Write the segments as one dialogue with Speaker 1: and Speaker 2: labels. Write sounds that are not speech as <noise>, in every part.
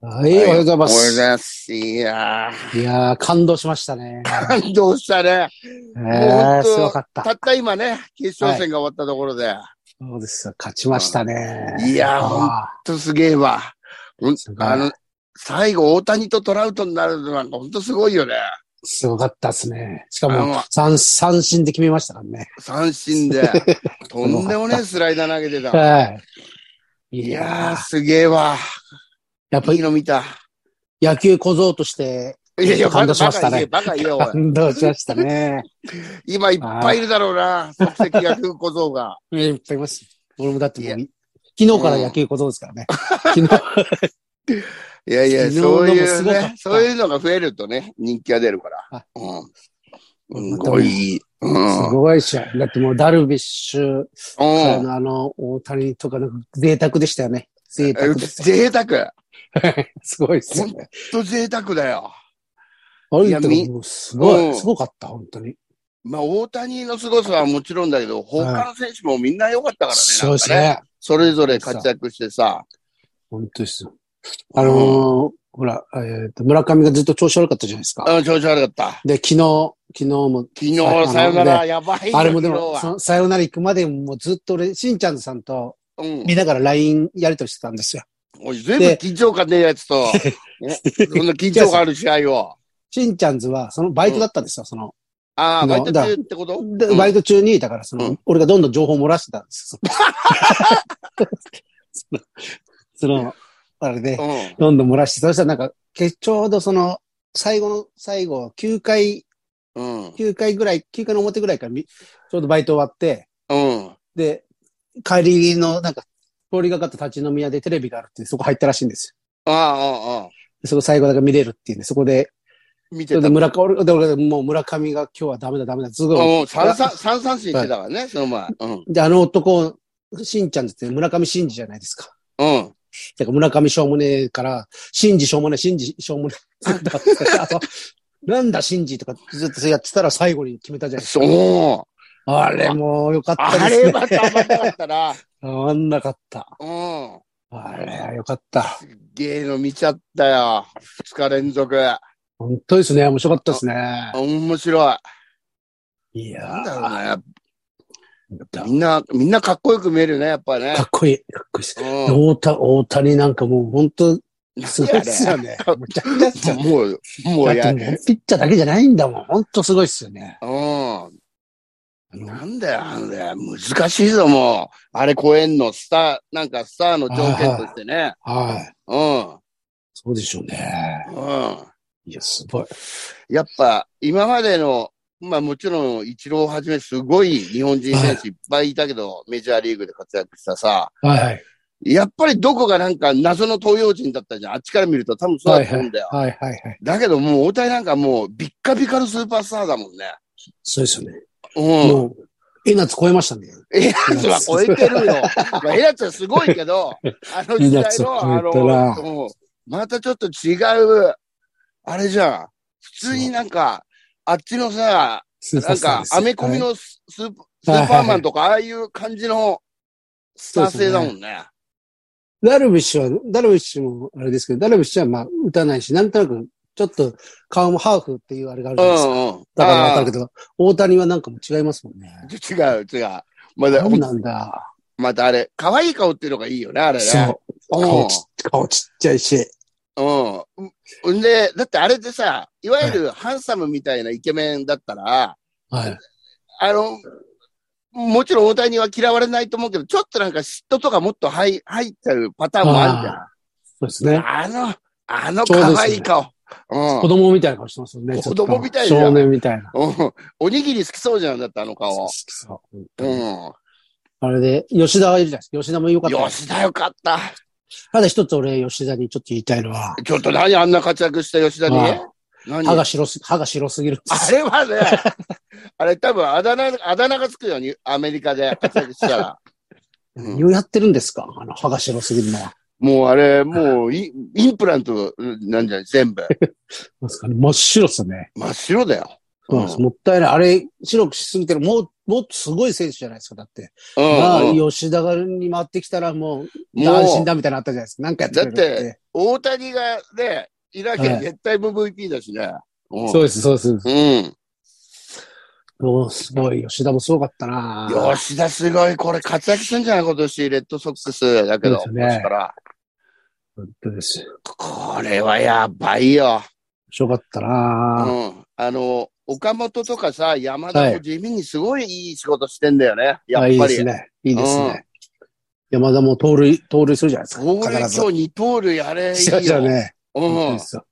Speaker 1: はい、おはようございま
Speaker 2: おはようござ
Speaker 1: す。
Speaker 2: います。い
Speaker 1: い
Speaker 2: や
Speaker 1: やー、感動しましたね。
Speaker 2: ー、感動したね。
Speaker 1: え
Speaker 2: もう本
Speaker 1: ー、
Speaker 2: 当
Speaker 1: すごかった。
Speaker 2: たった今ね、決勝戦が終わったところで。
Speaker 1: そうですよ、勝ちましたね。
Speaker 2: いやー
Speaker 1: あ
Speaker 2: ほんとすげえわ。ほん
Speaker 1: すごい
Speaker 2: あの、最後、大谷とトラウトになるのなんかほんとすごいよね。
Speaker 1: すごかったですね。しか
Speaker 2: あ
Speaker 1: も
Speaker 2: の
Speaker 1: 三、三振で決めましたからね。
Speaker 2: 三振
Speaker 1: <laughs>
Speaker 2: で。とんでもねえスライダー投げてた。
Speaker 1: はい。い
Speaker 2: い
Speaker 1: や
Speaker 2: やー、
Speaker 1: ー、
Speaker 2: すげえわ。
Speaker 1: やっぱ
Speaker 2: いい
Speaker 1: り
Speaker 2: の見た。
Speaker 1: 野球小僧として
Speaker 2: いやいや、
Speaker 1: 感動しましたね
Speaker 2: バカ言えよ、バカ言えよ、お
Speaker 1: 感
Speaker 2: い
Speaker 1: 動しました
Speaker 2: <laughs>
Speaker 1: ね。
Speaker 2: 今いっぱいいるだろうな、即席野球小僧が。
Speaker 1: いやいっぱいいます。俺もだってもう
Speaker 2: い
Speaker 1: い、昨日から野球小僧ですからね。昨日、
Speaker 2: いやいや、
Speaker 1: 昨日の
Speaker 2: そう
Speaker 1: も
Speaker 2: い
Speaker 1: す
Speaker 2: う
Speaker 1: ごかった
Speaker 2: ね、そういうのが増えるとね、人気が出るか
Speaker 1: は
Speaker 2: ら。う
Speaker 1: うん
Speaker 2: ん。すごい。うん。
Speaker 1: すごい試合。だってもうダルビッシュ、あ
Speaker 2: うん。
Speaker 1: の、あの大谷とか、なんか贅沢でしたよね。贅沢です。
Speaker 2: 贅沢。
Speaker 1: すごいですよね。
Speaker 2: ほんと贅沢だよ。
Speaker 1: あれ
Speaker 2: いやみ
Speaker 1: もうすご
Speaker 2: う
Speaker 1: い、
Speaker 2: ん
Speaker 1: すごかった、本当に。
Speaker 2: まあ、大谷の凄さはもちろんだけど、他の選手もみんな良かったからね。
Speaker 1: そうです
Speaker 2: なんかね。
Speaker 1: ね。
Speaker 2: それぞれ活躍してさ。
Speaker 1: 本当ですよ。あのーほら、えーと、村上がずっと調子悪かったじゃないですか。
Speaker 2: うん、調子悪かった。
Speaker 1: で、昨日、昨日も、
Speaker 2: 昨日
Speaker 1: はい、
Speaker 2: さよな
Speaker 1: あの
Speaker 2: ら、やばいよ。
Speaker 1: あれもで
Speaker 2: 昨
Speaker 1: も、
Speaker 2: 日
Speaker 1: そ
Speaker 2: は
Speaker 1: のさよなら行くまでももうずっと俺、しんちゃんさんと
Speaker 2: うん。
Speaker 1: 見ながら LINE やりとりしてたんですよ。
Speaker 2: おい、全部緊張感ねえやつと、ねそんな緊張感ある試合を。
Speaker 1: しんちゃんズは、そのバイトだったんですよ、その。
Speaker 2: あ
Speaker 1: <laughs>
Speaker 2: あ、
Speaker 1: 昨
Speaker 2: バ
Speaker 1: 日
Speaker 2: イト中ってこと
Speaker 1: で
Speaker 2: うん
Speaker 1: バイト中に、だからそうの
Speaker 2: ん、
Speaker 1: 俺がどんどん情報を漏らしてたんです
Speaker 2: <laughs>
Speaker 1: よ。 <laughs> そのその、あれで、
Speaker 2: うん。
Speaker 1: どんどん漏らして、そしたらなんか、けちょうどその、最後の、最後、9回、
Speaker 2: うん。
Speaker 1: 9回ぐらい、9回の表ぐらいからみ、ちょうどバイト終わって、
Speaker 2: うん。
Speaker 1: で、帰りの、なんか、通りがかった立ち飲み屋でテレビがあるって、そこ入ったらしいんですよ。
Speaker 2: ああ、ああ、ああ。
Speaker 1: でそこ最後だから見れるっていうんで、そこで、
Speaker 2: 見
Speaker 1: そ
Speaker 2: て
Speaker 1: れで
Speaker 2: た。
Speaker 1: 村上、俺で俺がもう村上が今日はダメだダメだ、すごい。
Speaker 2: うん、三三、三三振してたからね、その前。うん。
Speaker 1: で、あの男、しんちゃんって村上真治じゃないですか。
Speaker 2: うん。
Speaker 1: だから村上しょうもねえから、信じしょうもねえ、信じしょうもねえ。あとなんだ信じとかずっとやってたら最後に決めたじゃないですか。
Speaker 2: そう。
Speaker 1: あれもよかった
Speaker 2: あ
Speaker 1: ですね。
Speaker 2: れはたまんなかったな。
Speaker 1: あんなかった。
Speaker 2: うん。
Speaker 1: あれはよかった。
Speaker 2: すっげえの見ちゃったよ。二日連続。
Speaker 1: 本当ですね。面白かったですね。
Speaker 2: 面白い。
Speaker 1: いや
Speaker 2: なんだろう
Speaker 1: ー
Speaker 2: な。やっぱ
Speaker 1: か
Speaker 2: みんな、みんなかっこよく見えるね、やっぱね。
Speaker 1: っこいい。かっこいいです。 <laughs>
Speaker 2: う
Speaker 1: 大谷、大谷なんかもう本当、
Speaker 2: ん。
Speaker 1: すごいですよね。めちゃくちゃですよね。
Speaker 2: もう、もう
Speaker 1: だ
Speaker 2: や
Speaker 1: ってもうピッチャーだけじゃないんだもん。本当すごいですよね。
Speaker 2: うん。
Speaker 1: あの
Speaker 2: なんだよ、なんだよ。難しいぞ、もう。あれ超えんの、スター、なんかスターの条件としてね。
Speaker 1: はい。
Speaker 2: うん。
Speaker 1: そうでしょうね。
Speaker 2: うん。
Speaker 1: いや、すごい。
Speaker 2: やっぱ、今までの、まあもちろん、イチローをはじめ、すごい日本人選手いっぱいいたけど、メジャーリーグで活躍したさ、
Speaker 1: はいはい。
Speaker 2: やっぱりどこがなんか謎の東洋人だったじゃん。あっちから見ると多分そうだと思うんだよ。
Speaker 1: はいはいはい。
Speaker 2: だけどもう大谷なんかもうビッカビカのスーパースターだもんね。
Speaker 1: そうですよね。
Speaker 2: うん。
Speaker 1: もう、えなつ超えましたね。
Speaker 2: エラツは超えてるよ。
Speaker 1: <laughs>
Speaker 2: まあ、エラツはすごいけど、あの時
Speaker 1: エ
Speaker 2: 代の、あ
Speaker 1: ラツは超え
Speaker 2: の、うんまたちょっと違う、あれじゃん。普通になんか、あっちのさ、
Speaker 1: スーパー
Speaker 2: なん
Speaker 1: スター
Speaker 2: か
Speaker 1: で、す
Speaker 2: アメコミのススース
Speaker 1: はい
Speaker 2: ーパーマンとか、ああいう感じのスター性だも
Speaker 1: そうですね
Speaker 2: んね。
Speaker 1: ダルビッシュは、ダルビッシュもあれですけど、ダルビッシュはまあ打たないし、なんとなく、ちょっと顔もハーフっていうあれがある
Speaker 2: う
Speaker 1: じゃないですか。
Speaker 2: んうん。
Speaker 1: だからわか
Speaker 2: あ
Speaker 1: るけど、大谷はなんかもう違いますもんね。
Speaker 2: あ <laughs> 違う、違う。まだ
Speaker 1: な、んなんだ。
Speaker 2: またあれ、可愛い顔っていうのがいいよね、あれね。
Speaker 1: そう。顔ちっ、顔ちっちゃいし。
Speaker 2: うん。うん。んで、だってあれでさ、いわゆるハンサムみたいなイケメンだったら、
Speaker 1: はい。
Speaker 2: あの、もちろん大谷は嫌われないと思うけど、ちょっとなんか嫉妬とかもっと入入っちゃうパターンもあ
Speaker 1: そうです
Speaker 2: る
Speaker 1: ね。
Speaker 2: じゃん。あの、あの
Speaker 1: そうですね
Speaker 2: 可愛い顔。うん
Speaker 1: 子供みたいな顔してますもんね。ちょっと
Speaker 2: 子供みたいじゃん
Speaker 1: 少年みたいな。
Speaker 2: うんおにぎり好きそうじゃんだって、あの
Speaker 1: そう
Speaker 2: 顔。
Speaker 1: そう
Speaker 2: う
Speaker 1: そう。
Speaker 2: ん。
Speaker 1: あれで、吉田がいるじゃないですか。吉田も良かったです。
Speaker 2: 吉田よかった。
Speaker 1: ただ一つ俺、吉田にちょっと言いたいのは、
Speaker 2: ちょっと何あんな活躍した吉田に
Speaker 1: はい
Speaker 2: 何
Speaker 1: 歯
Speaker 2: あ
Speaker 1: が白す、歯が白すぎるんです。
Speaker 2: れ
Speaker 1: <laughs>
Speaker 2: はね、あれ多分あだ名、あだ名がつくようにアメリカで活躍したら。 <laughs>
Speaker 1: <laughs>
Speaker 2: うん
Speaker 1: 何をやってるんですかあの、歯が白すぎるのは。
Speaker 2: もうあれ、もうインインプラントなんじゃない
Speaker 1: <laughs>
Speaker 2: 全部。
Speaker 1: なんですかね真っ白っすよね。
Speaker 2: 真っ白だよ。
Speaker 1: そうなんです。もったいない。あれ、白くしすぎてる。もう、もっとすごい選手じゃないですか、だって。
Speaker 2: うん
Speaker 1: ま
Speaker 2: う
Speaker 1: あ、
Speaker 2: ん。
Speaker 1: 吉田に回ってきたらもう、安
Speaker 2: も
Speaker 1: 心
Speaker 2: う、
Speaker 1: だみたいなのあったじゃないですか。なんかやってくれる
Speaker 2: だって大谷がね、いなきゃ絶対 MVP だしね。うん
Speaker 1: そうです、そうです。
Speaker 2: うん。
Speaker 1: もう、すごい。吉田もすごかったな
Speaker 2: 吉田すごい、これ活躍するんじゃない今年、レッドソックスだけど、
Speaker 1: そうですね
Speaker 2: 今年から。
Speaker 1: 本当です。
Speaker 2: これはやばいよ。
Speaker 1: すごかった
Speaker 2: う。
Speaker 1: なん
Speaker 2: あの、岡本とかさ、山
Speaker 1: は
Speaker 2: 田も
Speaker 1: い
Speaker 2: 地味にすごいいい仕事してんだよね。やっ
Speaker 1: あいい
Speaker 2: ぱ
Speaker 1: で
Speaker 2: り
Speaker 1: す。ね。いいです
Speaker 2: う
Speaker 1: ね。山田も盗塁、盗塁するじゃないですか。
Speaker 2: 盗塁
Speaker 1: 必ず。
Speaker 2: 今日二盗塁あれいい
Speaker 1: しました
Speaker 2: よ。
Speaker 1: ね。
Speaker 2: う
Speaker 1: 本当
Speaker 2: ん
Speaker 1: で。すよ。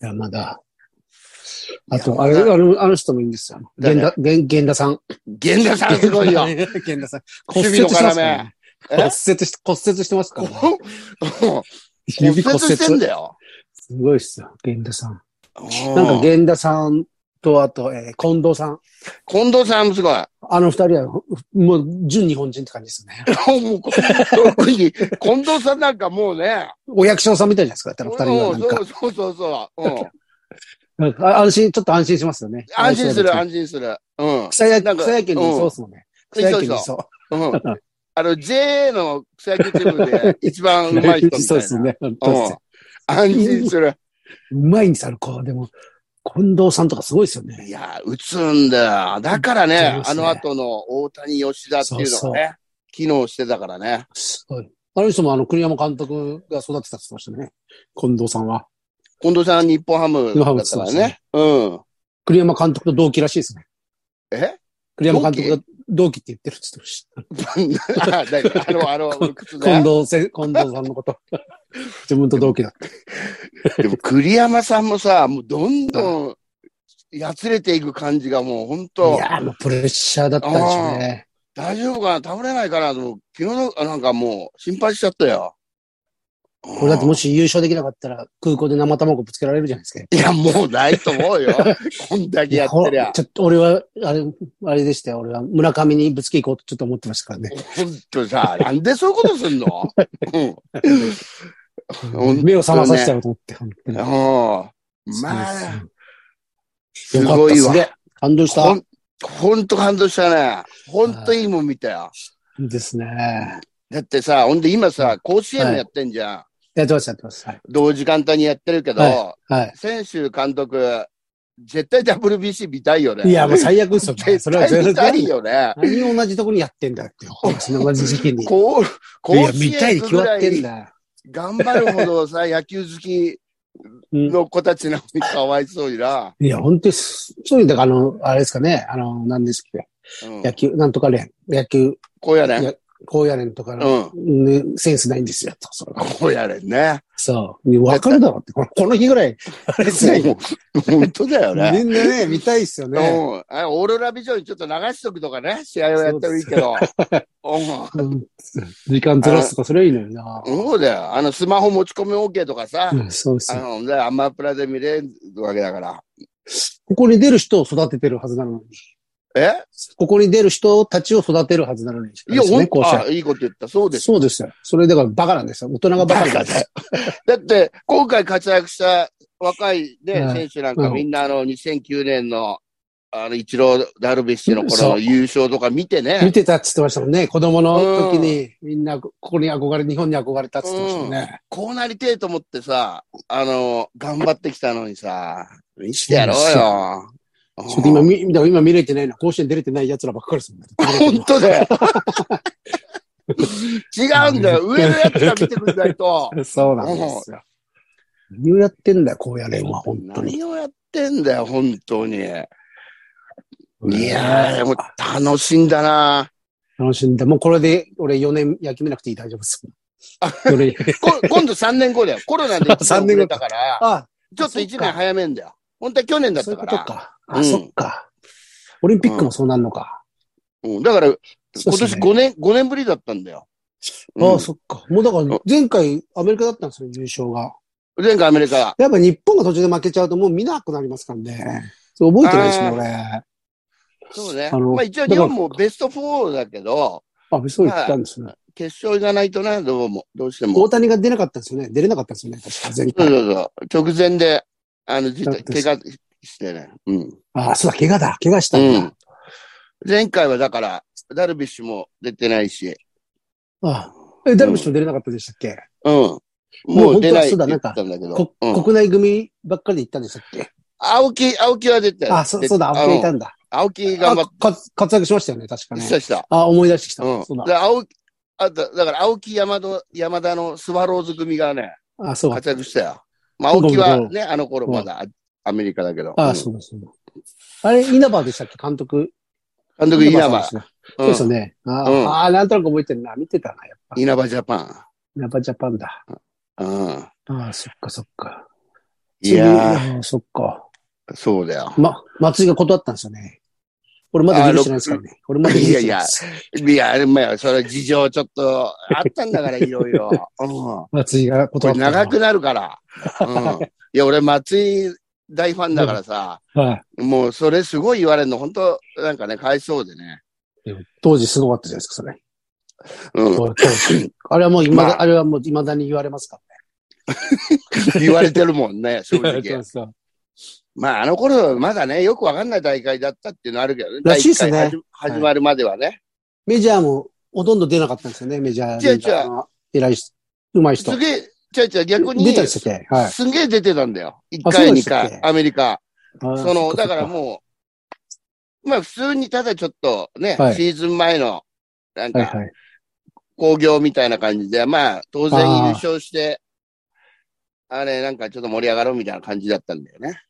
Speaker 1: 山田。
Speaker 2: いや
Speaker 1: あと、あれ、あの、あの人もいいんですよ。
Speaker 2: 誰
Speaker 1: 源田、源源田さん。
Speaker 2: 源田さんすご
Speaker 1: <laughs>
Speaker 2: いよ。
Speaker 1: 源田さん。骨
Speaker 2: 守
Speaker 1: 折
Speaker 2: 備の
Speaker 1: してますか
Speaker 2: 要
Speaker 1: らね。。骨折して、骨折してますからね。
Speaker 2: 骨
Speaker 1: 指
Speaker 2: 折
Speaker 1: 骨折。
Speaker 2: してん
Speaker 1: す
Speaker 2: だよ。
Speaker 1: ごいっすよ、源田さん。
Speaker 2: な
Speaker 1: なんか源田さんと、あと、えー近藤さん。
Speaker 2: 近藤さんもすごい。 <laughs>
Speaker 1: あの二人は、もう、純日本人って感じですね。
Speaker 2: もう特に、近藤さんなんかもうね。
Speaker 1: お役所さんみたいじゃないですか、だった
Speaker 2: うん
Speaker 1: ら二人はなん
Speaker 2: そ
Speaker 1: か
Speaker 2: うそうそうそう。うん
Speaker 1: なんか。あ安心、ちょっと安心しますよね。
Speaker 2: 安心する、
Speaker 1: 安
Speaker 2: 安心する。うん。
Speaker 1: 草野
Speaker 2: なんか
Speaker 1: 草野球にいそうっすもんね。草野球にい
Speaker 2: いそ
Speaker 1: そう。 <laughs>
Speaker 2: うん。あの、JA の草野球チームで一番上手い人みたい
Speaker 1: <laughs>
Speaker 2: な。
Speaker 1: そうっすね。本当っすよ
Speaker 2: 安心する。
Speaker 1: うまいんですよ、こう。でも、近藤さんとかすごいですよね。
Speaker 2: いや、打つんだよ。だか
Speaker 1: 打
Speaker 2: ら
Speaker 1: って
Speaker 2: ね、
Speaker 1: ま
Speaker 2: あ
Speaker 1: すね
Speaker 2: の後の大谷、吉田っていう
Speaker 1: そ
Speaker 2: の
Speaker 1: う
Speaker 2: がね、機能してたからね。
Speaker 1: はいあの人もあの、栗山監督が育てたって言ってましたね。近藤さんは。
Speaker 2: 近藤さん、日本ハムだったからね。うん。
Speaker 1: 栗山監督と同期らしいですね。
Speaker 2: え <laughs>
Speaker 1: 栗山監督が同期って言ってるって言ってました。
Speaker 2: あ、だいあ
Speaker 1: <laughs>
Speaker 2: の、あの、靴
Speaker 1: 近
Speaker 2: ね。
Speaker 1: 藤せ、近藤さんの
Speaker 2: <laughs>
Speaker 1: こと。自分と同期だった。
Speaker 2: でも栗山さんもさ、もうどんどん、やつれていく感じがもう本
Speaker 1: い
Speaker 2: 当、
Speaker 1: やー、もうプレッシャーだったんでしょうね。
Speaker 2: 大丈夫かな倒れないかなと思う、昨日の、あなんかもう、心配しちゃったよ。
Speaker 1: これだってもし優勝できなかったら空港で生卵ぶつけられるじゃないですか。
Speaker 2: いや、もうないと思
Speaker 1: <laughs>
Speaker 2: うよ。こんだけやってりゃ。
Speaker 1: ちょっと俺は、あれ、あれでしたよ。俺は村上にぶつけ行こうとちょっと思ってましたからね。
Speaker 2: ほんとさ、なんでそういうことすんのうん。当ね
Speaker 1: 目を覚まさせたよと思って、本当に。
Speaker 2: うん。まあ、す
Speaker 1: よか
Speaker 2: ご
Speaker 1: った
Speaker 2: い
Speaker 1: す
Speaker 2: わ
Speaker 1: げ。え。感動し
Speaker 2: ほ
Speaker 1: た。
Speaker 2: ん、ほんと感動したね。ほんといいもん見たよ。
Speaker 1: ですね。
Speaker 2: だってさ、ほんで今さ、甲子園もやってんじゃん。
Speaker 1: やってます、やってます。はい。
Speaker 2: 同時間帯にやってるけど、
Speaker 1: は
Speaker 2: 選手、監督、絶対 WBC 見たいよね。
Speaker 1: い。いや、もう最悪ですよね。そ
Speaker 2: 絶
Speaker 1: れは
Speaker 2: 対
Speaker 1: 全
Speaker 2: 見たい
Speaker 1: 然。
Speaker 2: よね。
Speaker 1: 何を同じとこにやってんだよ
Speaker 2: <laughs>
Speaker 1: っていう話の同じ時期に。い
Speaker 2: こう、甲
Speaker 1: や、
Speaker 2: 子
Speaker 1: 見たい
Speaker 2: 園
Speaker 1: に
Speaker 2: 行く
Speaker 1: 決
Speaker 2: ぐ
Speaker 1: ま
Speaker 2: ら
Speaker 1: ってん
Speaker 2: い
Speaker 1: だ。
Speaker 2: 頑張るほどさ、 <laughs> 野球好き
Speaker 1: うん。
Speaker 2: の子たちなのにかわいそうにな。
Speaker 1: いや、本当にす、そういう、だから、あの、あれですかね、あの、何ですっけ、
Speaker 2: うん
Speaker 1: 野球、なんとか連、野球、
Speaker 2: こうやれん。
Speaker 1: いや高野連とかの、
Speaker 2: うん。
Speaker 1: ね、センスないんですよ、と。それは
Speaker 2: こうやれんね。
Speaker 1: そう。わかるだろうって、このこの日ぐら
Speaker 2: <laughs>
Speaker 1: い、あれですね。
Speaker 2: 本当だよね。
Speaker 1: <laughs> みんなね、見たいっすよ
Speaker 2: うん
Speaker 1: ね。。
Speaker 2: あオーロラビジョンにちょっと流しとくとかね、試合をやってもいいけど。うん
Speaker 1: うん時間ずらすとか、それはいいのにな。
Speaker 2: そうだよ。あの、スマホ持ち込み OK とかさ、
Speaker 1: うんそうっす
Speaker 2: あ
Speaker 1: よ。
Speaker 2: の、ねアマプラで見れるわけだから。
Speaker 1: ここに出る人を育ててるはずなのに。
Speaker 2: え
Speaker 1: ここに出る人たちを育てるはずなのに。
Speaker 2: いや、
Speaker 1: です
Speaker 2: ほ
Speaker 1: ね、
Speaker 2: ん
Speaker 1: こうし
Speaker 2: あ、
Speaker 1: た
Speaker 2: いいこと言った。そうです。
Speaker 1: そうですよ。それだからバカなんですよ。大人がバカなん
Speaker 2: バカ
Speaker 1: です
Speaker 2: だ
Speaker 1: よ
Speaker 2: よ。だって、今回活躍した若いね、
Speaker 1: うん
Speaker 2: 選手なんか
Speaker 1: うん
Speaker 2: みんなあの、2009年の、あの、イチロー、ダルビッシュの頃
Speaker 1: そ
Speaker 2: の
Speaker 1: う
Speaker 2: 優勝とか見て
Speaker 1: 見
Speaker 2: ね、
Speaker 1: てたって言ってましたもんね。子供の時に、みんなここに憧れ、日本に憧れたって言ってましたもんね。
Speaker 2: こうなりてえと思ってさ、あの、頑張ってきたのにさ、見してやろうよ。
Speaker 1: ちょっと今見、だから今見れてないな。甲子園出れてない奴らばっかりですもんね。
Speaker 2: <laughs> 本
Speaker 1: <laughs>
Speaker 2: 当だよ。違うんだよ。上のやつが見てくれないと。
Speaker 1: そうなんですよ。何をやってんだよ、高野連は、 <laughs> 本当に。
Speaker 2: 何をやってんだよ、本当に。いやー、
Speaker 1: ね
Speaker 2: でも楽しんだな。
Speaker 1: え楽しんだ。もうこれで、俺4年野球見なくていい大丈夫です。4年。
Speaker 2: <laughs> こ今度3年後だよ。コロナで
Speaker 1: <laughs> 3
Speaker 2: 1年遅
Speaker 1: 年後
Speaker 2: れたから、
Speaker 1: あ、
Speaker 2: ちょっと1
Speaker 1: そ
Speaker 2: 年
Speaker 1: っか
Speaker 2: 早めんだよ。本当は去年だっ
Speaker 1: そうい
Speaker 2: た
Speaker 1: う
Speaker 2: か
Speaker 1: こ
Speaker 2: ら。
Speaker 1: とか。
Speaker 2: う
Speaker 1: あ、
Speaker 2: ん
Speaker 1: そっか。オリンピックもそうなんのか。
Speaker 2: うん、だから、
Speaker 1: そう
Speaker 2: 今
Speaker 1: っすね
Speaker 2: 年5年、五年ぶりだったんだよ。
Speaker 1: あ
Speaker 2: う
Speaker 1: あ、
Speaker 2: ん
Speaker 1: そっか。もうだから、前回アメリカだったんですよ、優勝が。
Speaker 2: 前回アメリカ。
Speaker 1: やっぱ日本が途中で負けちゃうともう見なくなりますからね。そう覚えてないしね、
Speaker 2: あー
Speaker 1: 俺。
Speaker 2: そうね。
Speaker 1: あの
Speaker 2: まあ一応
Speaker 1: だか
Speaker 2: 日
Speaker 1: ら
Speaker 2: 本もベスト4だけど、
Speaker 1: あ、そう言ったんですね。
Speaker 2: 決勝行かないとな、どうも、どうしても。
Speaker 1: 大谷が出なかったんですよね。出れなかったんですよね、確か前
Speaker 2: そう
Speaker 1: 回。
Speaker 2: そうそう。直前で、あの、実
Speaker 1: そう
Speaker 2: 怪我してね。うん。
Speaker 1: ああ、そうだ、怪我だ。怪我した
Speaker 2: うん
Speaker 1: だ。
Speaker 2: ん。前回はだから、ダルビッシュも出てないし、
Speaker 1: ああえ、ダルビッシュも出れなかったでしたっけ、
Speaker 2: うん。
Speaker 1: もう
Speaker 2: もう出ない
Speaker 1: 本当はそ
Speaker 2: って
Speaker 1: うだ
Speaker 2: 言
Speaker 1: なん
Speaker 2: って
Speaker 1: か
Speaker 2: たんだけど
Speaker 1: こ、
Speaker 2: うん。
Speaker 1: 国内組ばっかりで行ったんでしたっけ
Speaker 2: 青木、青木は出てたよ
Speaker 1: あ、そ、そうだ、
Speaker 2: 出
Speaker 1: ア
Speaker 2: て
Speaker 1: ップいたんだ。
Speaker 2: うん青木
Speaker 1: あ
Speaker 2: 頑張っ
Speaker 1: か活躍しましたよね、確か
Speaker 2: て、
Speaker 1: ね
Speaker 2: し。たした。
Speaker 1: あ、思い出してきた。
Speaker 2: うん。
Speaker 1: そう
Speaker 2: で
Speaker 1: だ。
Speaker 2: 青木、あだだから青木山田、山田のスワローズ組がね、
Speaker 1: あ、そうだ。
Speaker 2: 活躍したよ。まあ、青木はね、あの頃まだアメリカだけど。う
Speaker 1: あ、
Speaker 2: ん
Speaker 1: そうだ、そうだ。あれ、稲葉でしたっけ監督。
Speaker 2: 監督稲葉
Speaker 1: さ。んですね
Speaker 2: う
Speaker 1: そ
Speaker 2: ん
Speaker 1: うですよね。あ
Speaker 2: うん
Speaker 1: あ、なんとなく覚えてるな。見てたな、やっぱ。
Speaker 2: 稲葉ジャパ
Speaker 1: 稲葉ジャパンだ。
Speaker 2: ン。うん。
Speaker 1: ああ、そっかそっか。
Speaker 2: いや
Speaker 1: ー。そっか。
Speaker 2: ー、そうだよ。
Speaker 1: ま、松井が断ったんですよね。俺まだ許してないですからね。俺まだ許してないです。
Speaker 2: いや、まあ、それ事情ちょっとあったんだ
Speaker 1: <laughs>
Speaker 2: から、いろいろ。うん。
Speaker 1: 松井が
Speaker 2: こ
Speaker 1: 断
Speaker 2: れ
Speaker 1: ったのは。
Speaker 2: 長くなるから。うん。いや、俺、松井大ファンだからさ、
Speaker 1: はい。
Speaker 2: もうそれすごい言われるの、本当なんかね、かわいそうでね。
Speaker 1: 当時すごかったじゃないですか、それ。
Speaker 2: うん。
Speaker 1: 当時あれはもう今だ、
Speaker 2: まあ
Speaker 1: あ、れはもう未だに言われますか <laughs>
Speaker 2: 言われてるもんね、正
Speaker 1: 言わ <laughs> れて
Speaker 2: 直
Speaker 1: ま。すから
Speaker 2: まあ、あの頃、まだね、よくわかんない大会だったっていうのあるけどね。
Speaker 1: らしいっすね
Speaker 2: 第一回始始まるまではね。
Speaker 1: メジャーもほとんど出なかったんですよね、メジャー。
Speaker 2: 違う違う
Speaker 1: う。偉い人、上手い人
Speaker 2: す。げえ、ちゃいちゃい逆に、
Speaker 1: 出たりしてて。はい。
Speaker 2: すんげえ出てたんだよ。1
Speaker 1: あそう
Speaker 2: 回、
Speaker 1: で
Speaker 2: 2
Speaker 1: したっけ
Speaker 2: 回、アメリカ。その、だから
Speaker 1: う。
Speaker 2: もう、まあ普通にただちょっとね、
Speaker 1: はい
Speaker 2: シーズン前の、なん
Speaker 1: はい
Speaker 2: か、
Speaker 1: はい。
Speaker 2: 興行みたいな感じで、まあ、当然
Speaker 1: あー
Speaker 2: 優勝して、あれ、なんかちょっと盛り上がろうみたいな感じだったんだよね。